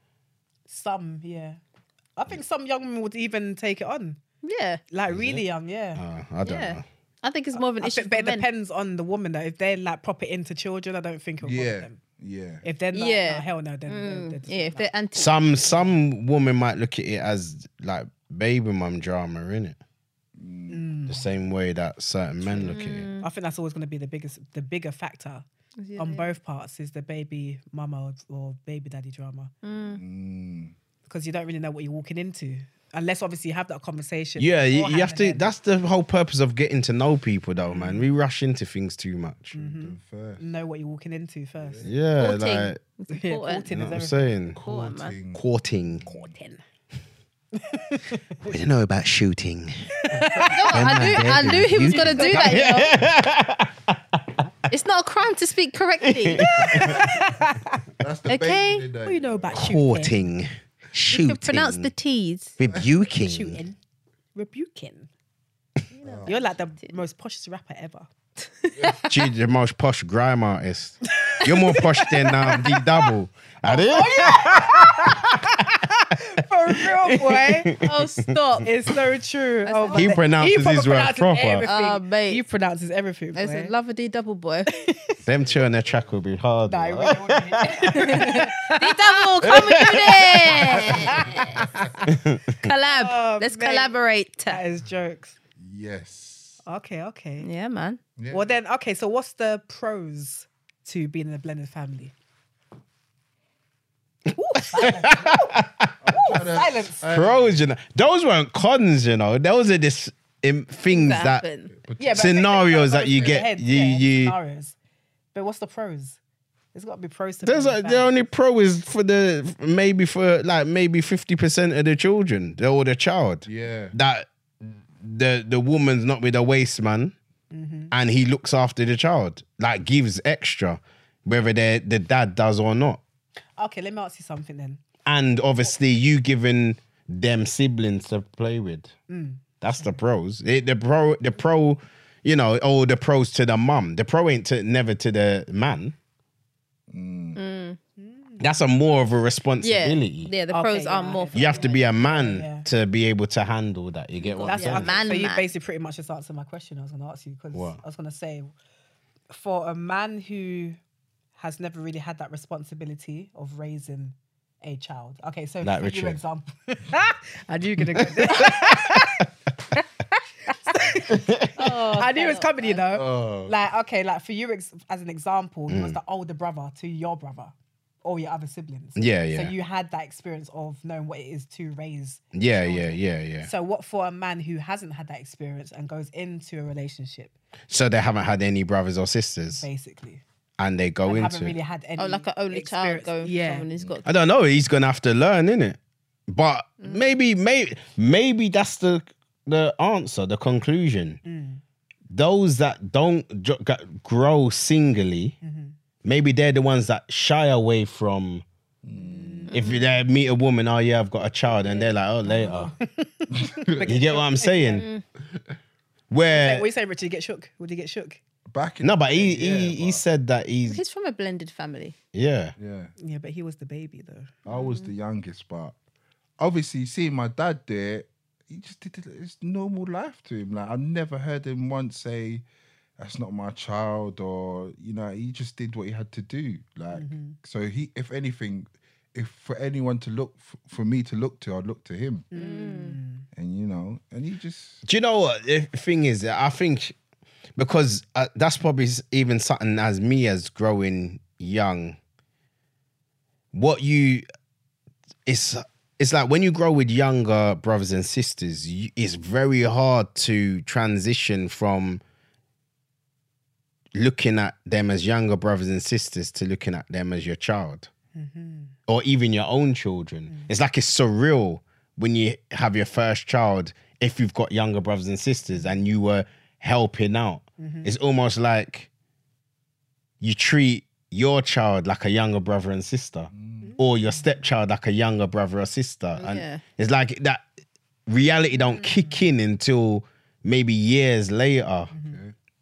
S3: Some, yeah. I think some young women would even take it on,
S4: yeah,
S3: like really young, yeah.
S1: Uh, I don't
S4: yeah.
S1: know.
S4: I think it's more of an
S3: I
S4: issue
S3: think,
S4: for
S3: but it
S4: men.
S3: depends on the woman though. If they're like proper into children, I don't think it'll bother
S5: Yeah.
S3: them.
S5: Yeah.
S3: If they're like,
S4: Yeah. Mm,
S3: nah, hell no, then they're- they're just
S4: Yeah, if
S3: like,
S4: they're anti.
S1: Some some woman might look at it as like baby mum drama, innit?
S4: Mm.
S1: The same way that certain men look at it.
S3: I think that's always going to be the biggest, the bigger factor on both parts is the baby mama or, or baby daddy drama
S5: Mm.
S3: because you don't really know what you're walking into unless obviously you have that conversation.
S1: Yeah, you,
S3: beforehand
S1: you have
S3: and
S1: to.
S3: then-
S1: That's the whole purpose of getting to know people, though, man.
S4: Mm.
S1: We rush into things too much.
S4: Mm-hmm.
S5: First.
S3: know what you're walking into first.
S1: Yeah,
S4: Courting.
S1: like
S4: It's
S3: Yeah,
S4: important.
S1: you
S3: courting
S1: know
S3: is
S1: what I'm
S3: everything.
S1: saying.
S4: Important, man.
S1: Courting.
S3: Courting.
S1: We don't know about shooting.
S4: I knew, I knew he was gonna do that. You know? it's not a crime to speak correctly.
S5: That's the
S4: Okay.
S5: baby today.
S3: What do you know about shooting?
S1: Courting.
S4: You
S1: Shooting.
S4: can pronounce the T's.
S1: rebuking.
S3: Shooting. Rebuking. You're like the most poshest rapper ever.
S1: Gee, the most posh grime artist. You're more posh than um, D Double. I did.
S3: For real, boy.
S4: Oh, stop.
S3: It's so true. Oh,
S4: not-
S3: but
S1: He
S3: the-
S1: pronounces
S3: proper
S1: his words
S3: pronounces
S1: proper.
S3: everything.
S4: Ah, mate.
S3: He pronounces everything.
S4: It's
S3: boy.
S4: a love a D double boy.
S1: Them two on the track will be hard.
S3: Nah, it
S1: man.
S3: really wouldn't.
S4: D double, come and do this. Collab.
S3: Oh,
S4: Let's
S3: mate.
S4: collaborate.
S3: that is jokes.
S5: Yes.
S3: Okay, okay.
S4: Yeah, man.
S5: Yeah.
S3: Well then, okay. So what's the pros to being in a blended family? Ooh, silence. Ooh, silence.
S1: Pros, you know. Those weren't cons, you know. Those are just um, things
S4: That
S1: that,
S4: happened.
S3: Yeah, but I think they
S1: scenarios
S3: go
S1: that you
S3: through your
S1: get.
S3: head,
S1: you,
S3: yeah,
S1: you,
S3: scenarios. But what's the pros? There's got to be pros to
S1: There's
S3: being
S1: like
S3: a
S1: the
S3: family.
S1: only pro is for the maybe for like maybe fifty percent of the children the- or the child
S5: Yeah.
S1: that the the woman's not with a waste man, and he looks after the child like gives extra, whether the the dad does or not,
S3: Okay, let me ask you something then.
S1: and obviously you giving them siblings to play with.
S3: Mm.
S1: That's the pros. It, the pro the pro, you know, or the pros to the mum. The pro ain't to never to the man. That's a more of a
S4: Yeah.
S1: responsibility.
S4: Yeah, the
S3: Okay,
S4: pros are
S3: Mm. yeah.
S4: more. For
S1: You have to be a man
S3: Yeah.
S1: to be able to handle that. You get what
S3: That's
S1: I'm
S4: Yeah.
S3: what
S1: saying?
S4: Man,
S3: I'm, so you
S4: man.
S3: basically pretty much just answered my question. I was going to ask you because
S1: What?
S3: I was going to say, for a man who has never really had that responsibility of raising a child. Okay, so
S1: Like
S3: for
S1: Richard.
S3: your example, I knew you were going to. Go
S4: Oh,
S3: I knew it was coming, you know.
S5: Oh.
S3: Like, okay, like for you ex- as an example, you
S1: Mm.
S3: was the older brother to your brother or your other siblings.
S1: Yeah,
S3: So
S1: yeah.
S3: you had that experience of knowing what it is to raise.
S1: Yeah, yeah, yeah, yeah.
S3: So what for a man who hasn't had that experience and goes into a relationship,
S1: So they haven't had any brothers or sisters,
S3: basically,
S1: and they go
S3: and haven't
S1: into.
S3: really
S1: it.
S3: had any.
S4: Oh, like an only child
S3: experience.
S4: going. Yeah.
S3: Yeah.
S4: Someone who's got.
S1: I don't know. He's gonna have to learn, innit? But maybe, maybe, maybe that's the the answer, the conclusion. Those that don't jo- g- grow singly, maybe they're the ones that shy away from. If they meet a woman, oh yeah, I've got a child, and they're like, oh later. you get what I'm saying?
S3: What
S1: Where
S3: do you say, Richard? You get shook? Would you get shook?
S5: Back in
S1: no,
S5: the
S1: but he
S5: day,
S1: he,
S5: yeah,
S1: he said that he's
S4: He's from a blended family.
S1: yeah.
S5: but- yeah.
S3: Yeah, but he was the baby though.
S5: I was
S1: Mm.
S5: the youngest, but obviously seeing my dad there, he just did his normal life to him. Like I never heard him once say, that's not my child or you know he just did what he had to do like
S1: Mm-hmm.
S5: so he if anything if for anyone to look f- for me to look to i'd look to him
S1: Mm.
S5: and you know and he just
S1: Do you know what the thing is? I think because uh, that's probably s- even something as me as growing young. What you, it's it's like when you grow with younger brothers and sisters, you, it's very hard to transition from looking at them as younger brothers and sisters to looking at them as your child or even your own children. It's like it's surreal when you have your first child if you've got younger brothers and sisters and you were helping out. It's almost like you treat your child like a younger brother and sister or your stepchild like a younger brother or sister and
S4: Yeah.
S1: it's like that reality don't kick in until maybe years later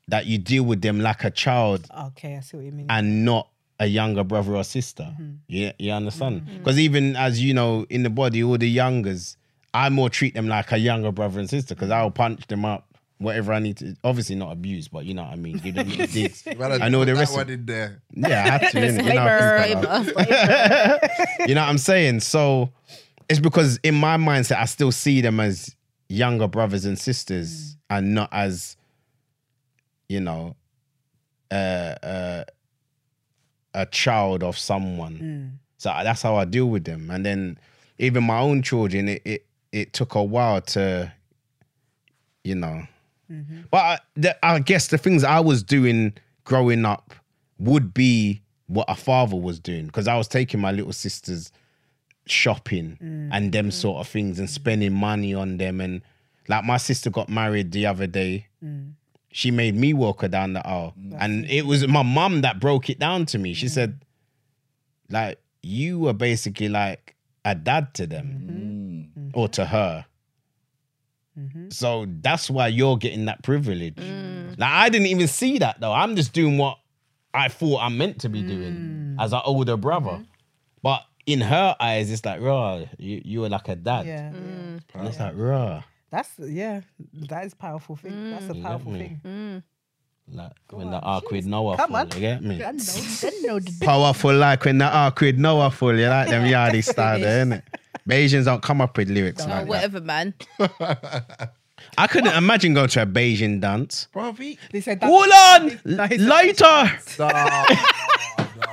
S1: that you deal with them like a child
S3: Okay, I see what you mean.
S1: and not a younger brother or sister. Yeah, you understand? Because even as you know, in the body, all the youngers, I more treat them like a younger brother and sister because I'll punch them up, whatever I need to. Obviously, not abuse, but you know what I mean. Give them little digs. I know the rest.
S5: one
S1: Of,
S5: in there
S1: yeah, I had to. innit? You know, I
S3: Disclaimer.
S1: think about that. You know what I'm saying? So it's because in my mindset, I still see them as younger brothers and sisters and not as, you know, uh, uh, a child of someone. So I- that's how I deal with them. And then even my own children, it it, it took a while to, you know. But I, the, I guess the things I was doing growing up would be what a father was doing because I was taking my little sisters shopping and them sort of things and spending money on them. And like my sister got married the other day. She made me walk her down the aisle. And it was my mum that broke it down to me. She said, like, you were basically like a dad to them or to her.
S3: Mm-hmm.
S1: So that's why you're getting that privilege.
S3: Mm.
S1: Like I didn't even see that though. I'm just doing what I thought I'm meant to be doing
S3: Mm.
S1: as an older brother.
S3: Mm-hmm.
S1: But in her eyes, it's like, raw, you, you were like a dad.
S3: yeah,
S4: Mm.
S1: And it's like, raw.
S3: that's yeah, that is powerful thing.
S4: Mm.
S3: That's a powerful
S1: me?
S3: thing.
S1: Like when the arc with Noah
S3: Come
S1: full,
S3: on.
S1: you get me?
S3: I know, I know the
S1: Powerful like when the arc with Noah full, you like them yardie style there, innit? Bayesians don't come up with lyrics
S4: Oh,
S1: like that.
S4: whatever, man.
S1: I couldn't imagine going to a Bayesian dance.
S5: bro he,
S3: They said that.
S1: Hold on, later.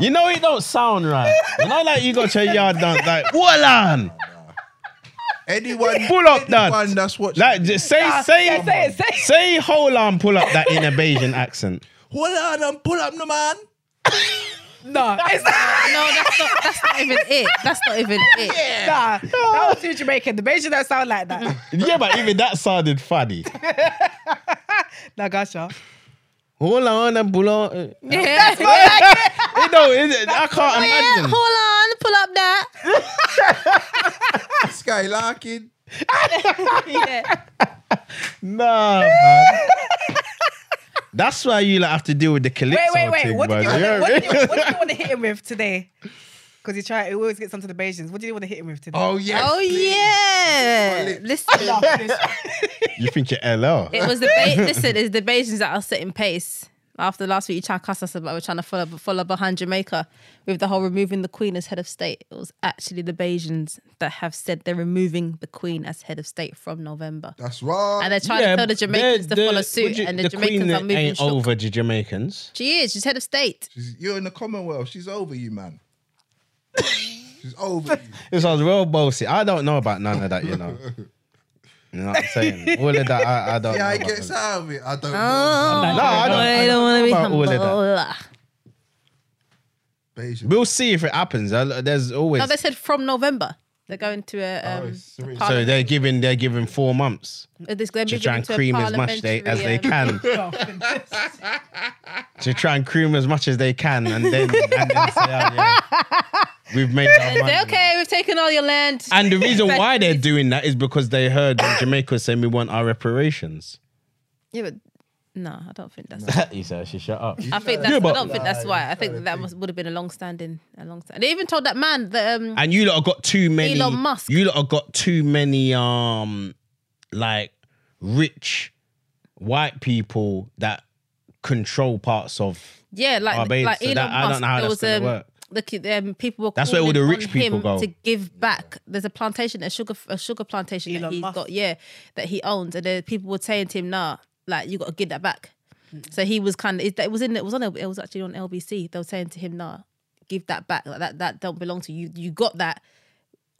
S1: You know it don't sound right. You know, like you go to a yard dance, like hold on.
S5: anyone
S1: Pull up that.
S5: anyone that's watching
S1: Like just say say
S3: yeah, say it, say it.
S1: say hold on, pull up that in a Bayesian accent.
S5: hold on and pull up the man
S3: Nah,
S4: No,
S3: it's
S4: that's not. That's not even it. That's not even it.
S3: nah. That was too Jamaican. The Bayesian don't sound like that.
S1: Yeah, but even that sounded funny.
S3: Nah, gotcha.
S1: Hold on and pull up. You
S4: Yeah.
S1: know, it, I can't imagine.
S4: Hold on, pull up that.
S5: skylarking
S4: Yeah.
S1: Nah, man. That's why you like have to deal with the calypso
S3: Wait, wait, wait.
S1: thing,
S3: What did you
S1: man. You know
S3: what
S1: what I
S3: did
S1: mean?
S3: you- what did you want to hit him with today? Because he try, he always gets onto the Bayesians. What do you want to hit him with today?
S5: oh yes
S4: Oh yeah. Listen,
S1: You think you're LL?
S4: it was the ba- listen. It's the Bajans that are setting pace. After last week, you tried to cuss us about we're trying to follow follow behind Jamaica with the whole removing the Queen as head of state. It was actually the Bajans that have said they're removing the Queen as head of state from November.
S5: that's wrong
S4: And they're trying to tell the Jamaicans to follow suit, and the, Jamaicans are moving.
S1: ain't
S4: shook.
S1: over the Jamaicans.
S4: She is. She's head of state.
S5: She's- you're in the commonwealth she's over you man she's over you
S1: It sounds real bossy. I don't know about none of that, you know. You know what I'm saying? All of that, I, I don't
S5: yeah
S1: know.
S5: I
S1: about
S5: gets
S1: that.
S5: out of it I don't
S4: Oh,
S1: No, I don't- I don't
S4: want
S1: know
S4: to be
S1: about all of that.
S4: humble.
S5: know Bayesian.
S1: We'll see if it happens. I- There's always
S4: No, they said from November. They're going to a.
S5: Oh,
S4: Um,
S5: it's serious.
S1: so they're giving they're giving four months
S4: this going
S1: to
S4: to
S1: try and cream as much they, as they can. to try and cream as much as they can, and then, and then say, oh, yeah, we've made our money.
S4: okay, we've taken all your land.
S1: And the reason why they're doing that is because they heard Jamaica saying we want our reparations.
S4: yeah, but no, I don't think that's.
S1: he said, she shut up.
S4: I think
S5: Yeah,
S4: that's. I
S1: but-
S4: don't think that's why. I think that, that must, would have been a long-standing, a long They even told that man that. Um,
S1: And you lot have got too many.
S4: Elon Musk.
S1: You lot have got too many um like rich white people that control parts of.
S4: Yeah, like
S1: Barbados,
S4: like
S1: so
S4: Elon
S1: that- Oh, I don't
S4: Musk,
S1: know how that's
S4: there was
S1: gonna
S4: um,
S1: work.
S4: the ki- um, people were
S1: That's where all the
S4: calling
S1: rich
S4: on
S1: people
S4: him
S1: go.
S4: to give back. There's a plantation, a sugar a sugar plantation that
S3: Elon
S4: he's
S3: Musk.
S4: got, yeah, that he owns, and the people were saying to him, "Nah, like you got to give that back." So he was kind of it, it was in it was on it was actually on LBC. They were saying to him, "Nah, give that back. Like that that don't belong to you. You got that."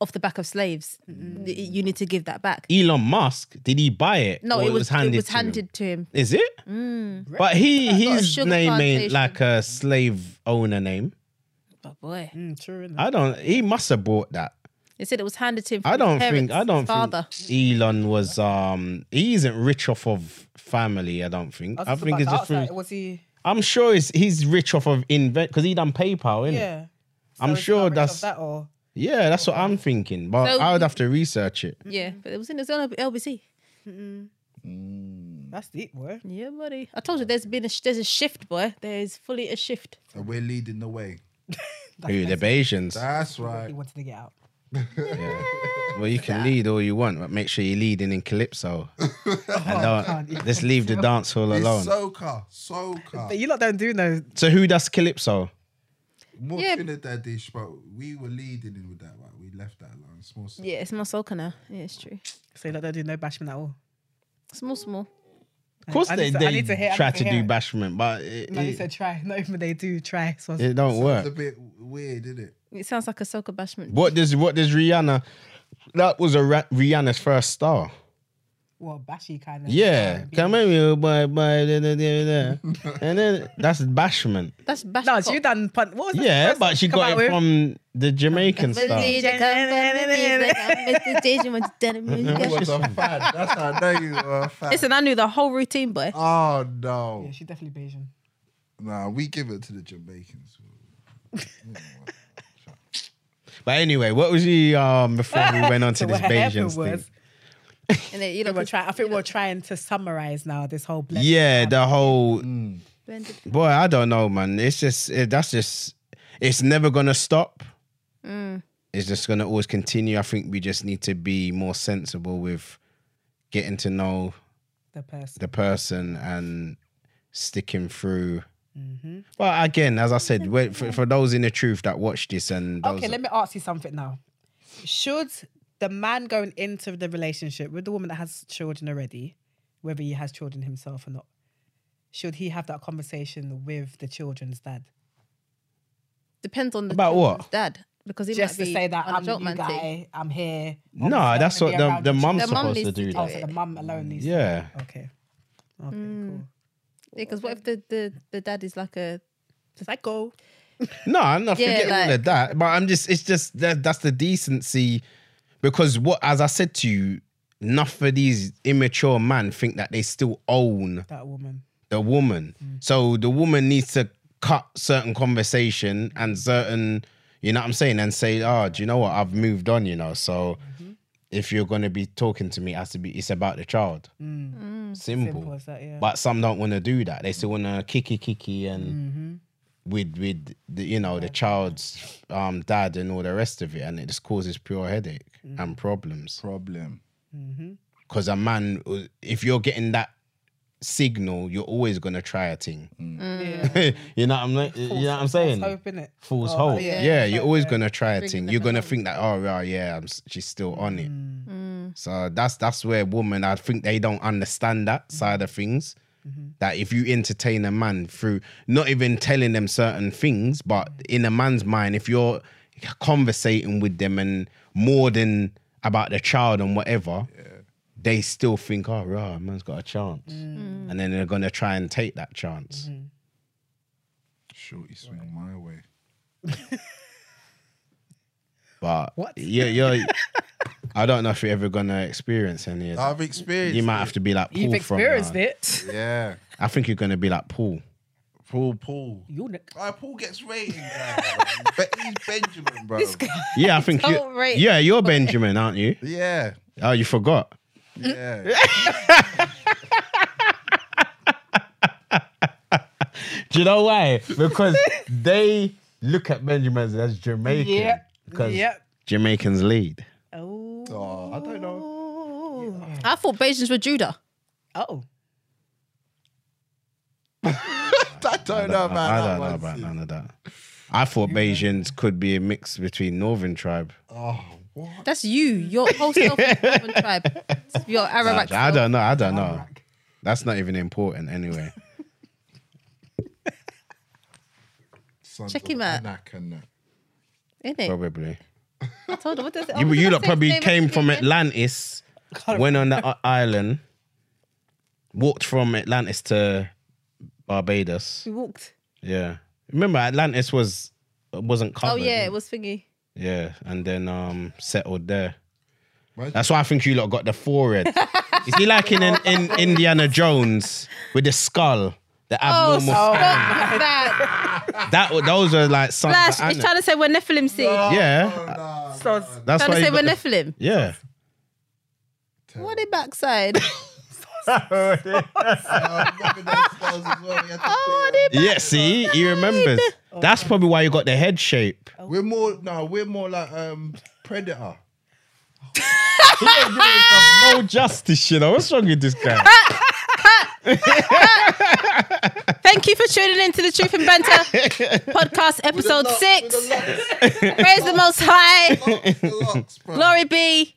S4: Off the back of slaves,
S3: Mm.
S4: you need to give that back.
S1: Elon Musk, did he buy it?
S4: No,
S1: Or
S4: it was, it was
S1: to him?
S4: handed to him.
S1: Is it? But he
S4: got a
S1: his
S4: sugar
S1: name ain't
S4: plantation.
S1: like a slave owner name.
S4: But boy,
S3: Mm, true enough.
S1: I don't. He must have bought that.
S4: they said it was handed to him. From
S1: I
S4: his
S1: don't
S4: parents,
S1: think. I
S4: his
S1: don't
S4: father.
S1: think Elon was. Um, he isn't rich off of family. I don't think. I, think it's just. Through,
S3: was he?
S1: I'm sure it's, he's rich off of invent because he done PayPal, innit?
S3: Yeah.
S1: I'm
S3: it's
S1: sure
S3: not rich of
S1: that's-
S3: that or
S1: Yeah, that's what I'm thinking. But
S4: So-
S1: I would have to research it.
S4: Yeah, but it was in it was on LBC.
S3: that's deep, boy.
S4: Yeah, buddy. I told you there's been a sh- there's a shift, boy. There is fully a shift.
S5: And we're leading the way.
S1: Who the Bayesians?
S5: That's
S3: He
S5: right.
S3: wanted to get out.
S1: Well, you can lead all you want, but make sure you're leading in calypso. and
S3: can't you?
S1: don't, just leave the dance hall
S5: It's
S1: alone. So-,
S5: soca,
S3: But
S5: soca.
S3: you lot don't do no.
S1: who does calypso?
S5: More
S4: Yeah.
S5: Trinidad dish, but we were leading in with that. Right? We left that alone. Small stuff.
S4: Yeah, it's more soca now. Yeah, it's true.
S3: So you lot don't do no bashment at all.
S4: Small, small.
S1: Of course,
S3: I
S1: they,
S3: need to- I
S1: they
S3: need to hear- I need
S1: try
S3: to
S1: to, do
S3: hear it.
S1: bashment, but it,
S3: No, you
S1: it,
S3: said try. Not even they do try. So
S1: it don't
S5: It's a
S1: work.
S5: bit weird, isn't it?
S4: It sounds like a soca bashment.
S1: What does what does Rihanna? That was a Ra- Rihanna's first star.
S3: well, bashy kind of.
S1: Yeah, come here, boy, boy, da, da, da, da. and then that's bashment.
S4: That's bash.
S3: No, so you done. Pun- what was that
S1: Yeah,
S3: first
S1: but she
S3: come
S1: got it
S3: out with?
S1: from the Jamaican star.
S5: was a fan. That's how I know you were a fan.
S4: Listen, I knew the whole routine, boy.
S5: oh no.
S3: Yeah, she definitely Bayesian.
S5: Nah, we give it to the Jamaicans.
S1: But anyway, what was he um before we went on to
S3: So
S1: this
S3: what happened
S1: Bayesians thing?
S3: was-
S4: And then, you know,
S3: We're try- I think we're trying to summarize now this whole blend.
S1: Yeah, the whole
S4: blended.
S1: boy, I don't know, man. It's just it, that's just it's never gonna stop.
S3: Mm.
S1: It's just gonna always continue. I think we just need to be more sensible with getting to know
S3: the person.
S1: the person and sticking through.
S3: Mm-hmm.
S1: Well, again, as I said, wait, for, for those in the truth that watch this and those,
S3: Okay, let me ask you something now. Should the man going into the relationship with the woman that has children already, whether he has children himself or not, should he have that conversation with the children's dad?
S4: Depends on the
S1: About what?
S4: children's dad. Because he
S3: Just
S4: might
S3: to
S4: be
S3: say that
S4: on a
S3: I'm
S4: joke
S3: the
S4: man thing.
S3: guy, I'm here.
S1: no,
S3: Obviously,
S1: that's
S3: I'm
S1: what
S3: gonna
S1: the
S3: be around
S1: the
S3: your
S1: mum's
S4: The
S3: children.
S4: mum
S1: supposed
S4: needs
S1: to
S4: to
S1: do
S4: do
S3: Oh,
S1: that.
S4: it. Mm.
S3: so the mum alone needs. to-
S1: Yeah,
S3: Okay. Okay. Cool.
S4: Because what if the, the, the dad is like a
S3: Psycho.
S1: No, I'm not
S4: Yeah,
S1: forgetting all
S4: like-
S1: of that. But I'm just, it's just that that's the decency because what, as I said to you, enough of these immature men think that they still own
S3: That woman.
S1: the woman. So the woman needs to cut certain conversation and certain, you know what I'm saying, and say, oh, do you know what? I've moved on, you know. So if you're going to be talking to me, it has to be, it's about the child.
S4: Mm.
S1: Simple.
S3: Simple as that. Yeah.
S1: But some don't want to do that. They still want to kicky kicky and with with the, you know the child's um, dad and all the rest of it, and it just causes pure headache and problems.
S5: Problem.
S1: Because a man, if you're getting that signal, you're always gonna try a thing.
S4: Mm.
S3: yeah.
S1: you know what I'm like, you know what I'm saying.
S3: False hope, innit?
S1: False
S3: Oh,
S1: hope.
S3: yeah.
S1: Yeah, you're always gonna try a thing. You're gonna think that, oh yeah, yeah, I'm, s- she's still on it.
S3: Mm.
S1: So that's that's where women, I think they don't understand
S3: Mm.
S1: that side of things.
S3: Mm-hmm.
S1: That if you entertain a man through not even telling them certain things, but
S3: Mm.
S1: in a man's mind, if you're conversating with them and more than about the child and whatever, they still think, oh, rah, man's got a chance.
S3: Mm.
S1: And then they're gonna try and take that
S3: Mm-hmm.
S1: chance.
S5: Shorty swing my way.
S1: But
S3: What?
S1: Yeah, yeah. I don't know if you're ever gonna experience any of that.
S5: I've experienced.
S1: You might have to be like Paul.
S3: You've
S1: from
S3: experienced
S1: now.
S3: it.
S5: Yeah.
S1: I think you're gonna be like Paul.
S5: Paul, Paul.
S3: Eunuch.
S5: Ah, Paul gets rated. man. But he's Benjamin, bro.
S1: Yeah, I think you.
S4: Don't rate
S1: Yeah, you're Benjamin, aren't you?
S5: Yeah.
S1: Oh, you forgot.
S5: Yeah.
S1: Do you know why? Because they look at Benjamins as Jamaican.
S3: Yeah.
S1: Because
S3: Yep.
S1: Jamaicans lead.
S3: Oh.
S5: Oh, I don't know.
S4: I thought Bayesians were Judah.
S3: Oh.
S5: I don't know about
S1: I
S5: that
S1: don't
S5: one,
S1: know about
S5: sis.
S1: none of that. I thought Bayesians could be a mix between Northern tribe.
S5: Oh, what?
S4: That's you. Your whole self is Northern tribe. Your Arabic.
S1: I
S4: self.
S1: don't know. I don't know. That's not even important anyway.
S5: Sons
S4: Check
S5: of
S4: him out.
S5: Anak and that.
S4: Innit?
S1: Probably.
S4: I told her what does Oh, it?
S1: You,
S4: what
S1: you
S4: does
S1: lot
S4: that
S1: probably
S4: say?
S1: came from Atlantis, went on the i- island, walked from Atlantis to Barbados.
S4: We walked. Oh,
S1: Yeah. Remember, Atlantis was wasn't covered.
S4: Oh yeah, it was thingy.
S1: Yeah, and then um settled there.
S5: Why-
S1: That's why I think you lot got the forehead. Is he like in, in in Indiana Jones with the skull, the
S4: Oh,
S1: abnormal?
S4: stop that!
S1: That wa- those are like some.
S4: Flash. It's trying to say we're Nephilim. See,
S1: yeah,
S5: Nah,
S3: So
S1: that's why.
S4: trying to
S1: you
S4: say we're
S1: got the-
S4: Nephilim.
S1: yeah,
S4: What they backside?
S5: I'm looking at those spells as well, you have to
S4: Oh,
S5: think.
S4: they
S1: yeah. See, he remembers. That's probably why you got the head shape.
S5: We're more no, we're more like um predator. He ain't doing stuff.
S1: No justice, you know. What's wrong with this guy?
S4: Thank you for tuning in to the Truth and Banter podcast,
S5: With the
S4: episode
S5: lock-
S4: six.
S5: with the
S4: Praise the Most High.
S5: locks, the locks, bro.
S4: Glory be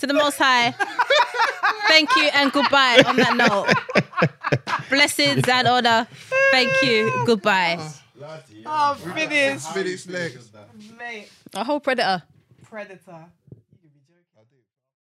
S4: to the Most High. Thank you and goodbye on that note. Blessings and honor. Thank you. Goodbye.
S3: uh,
S5: Minutes next.
S3: Mate,
S4: A whole predator.
S3: predator.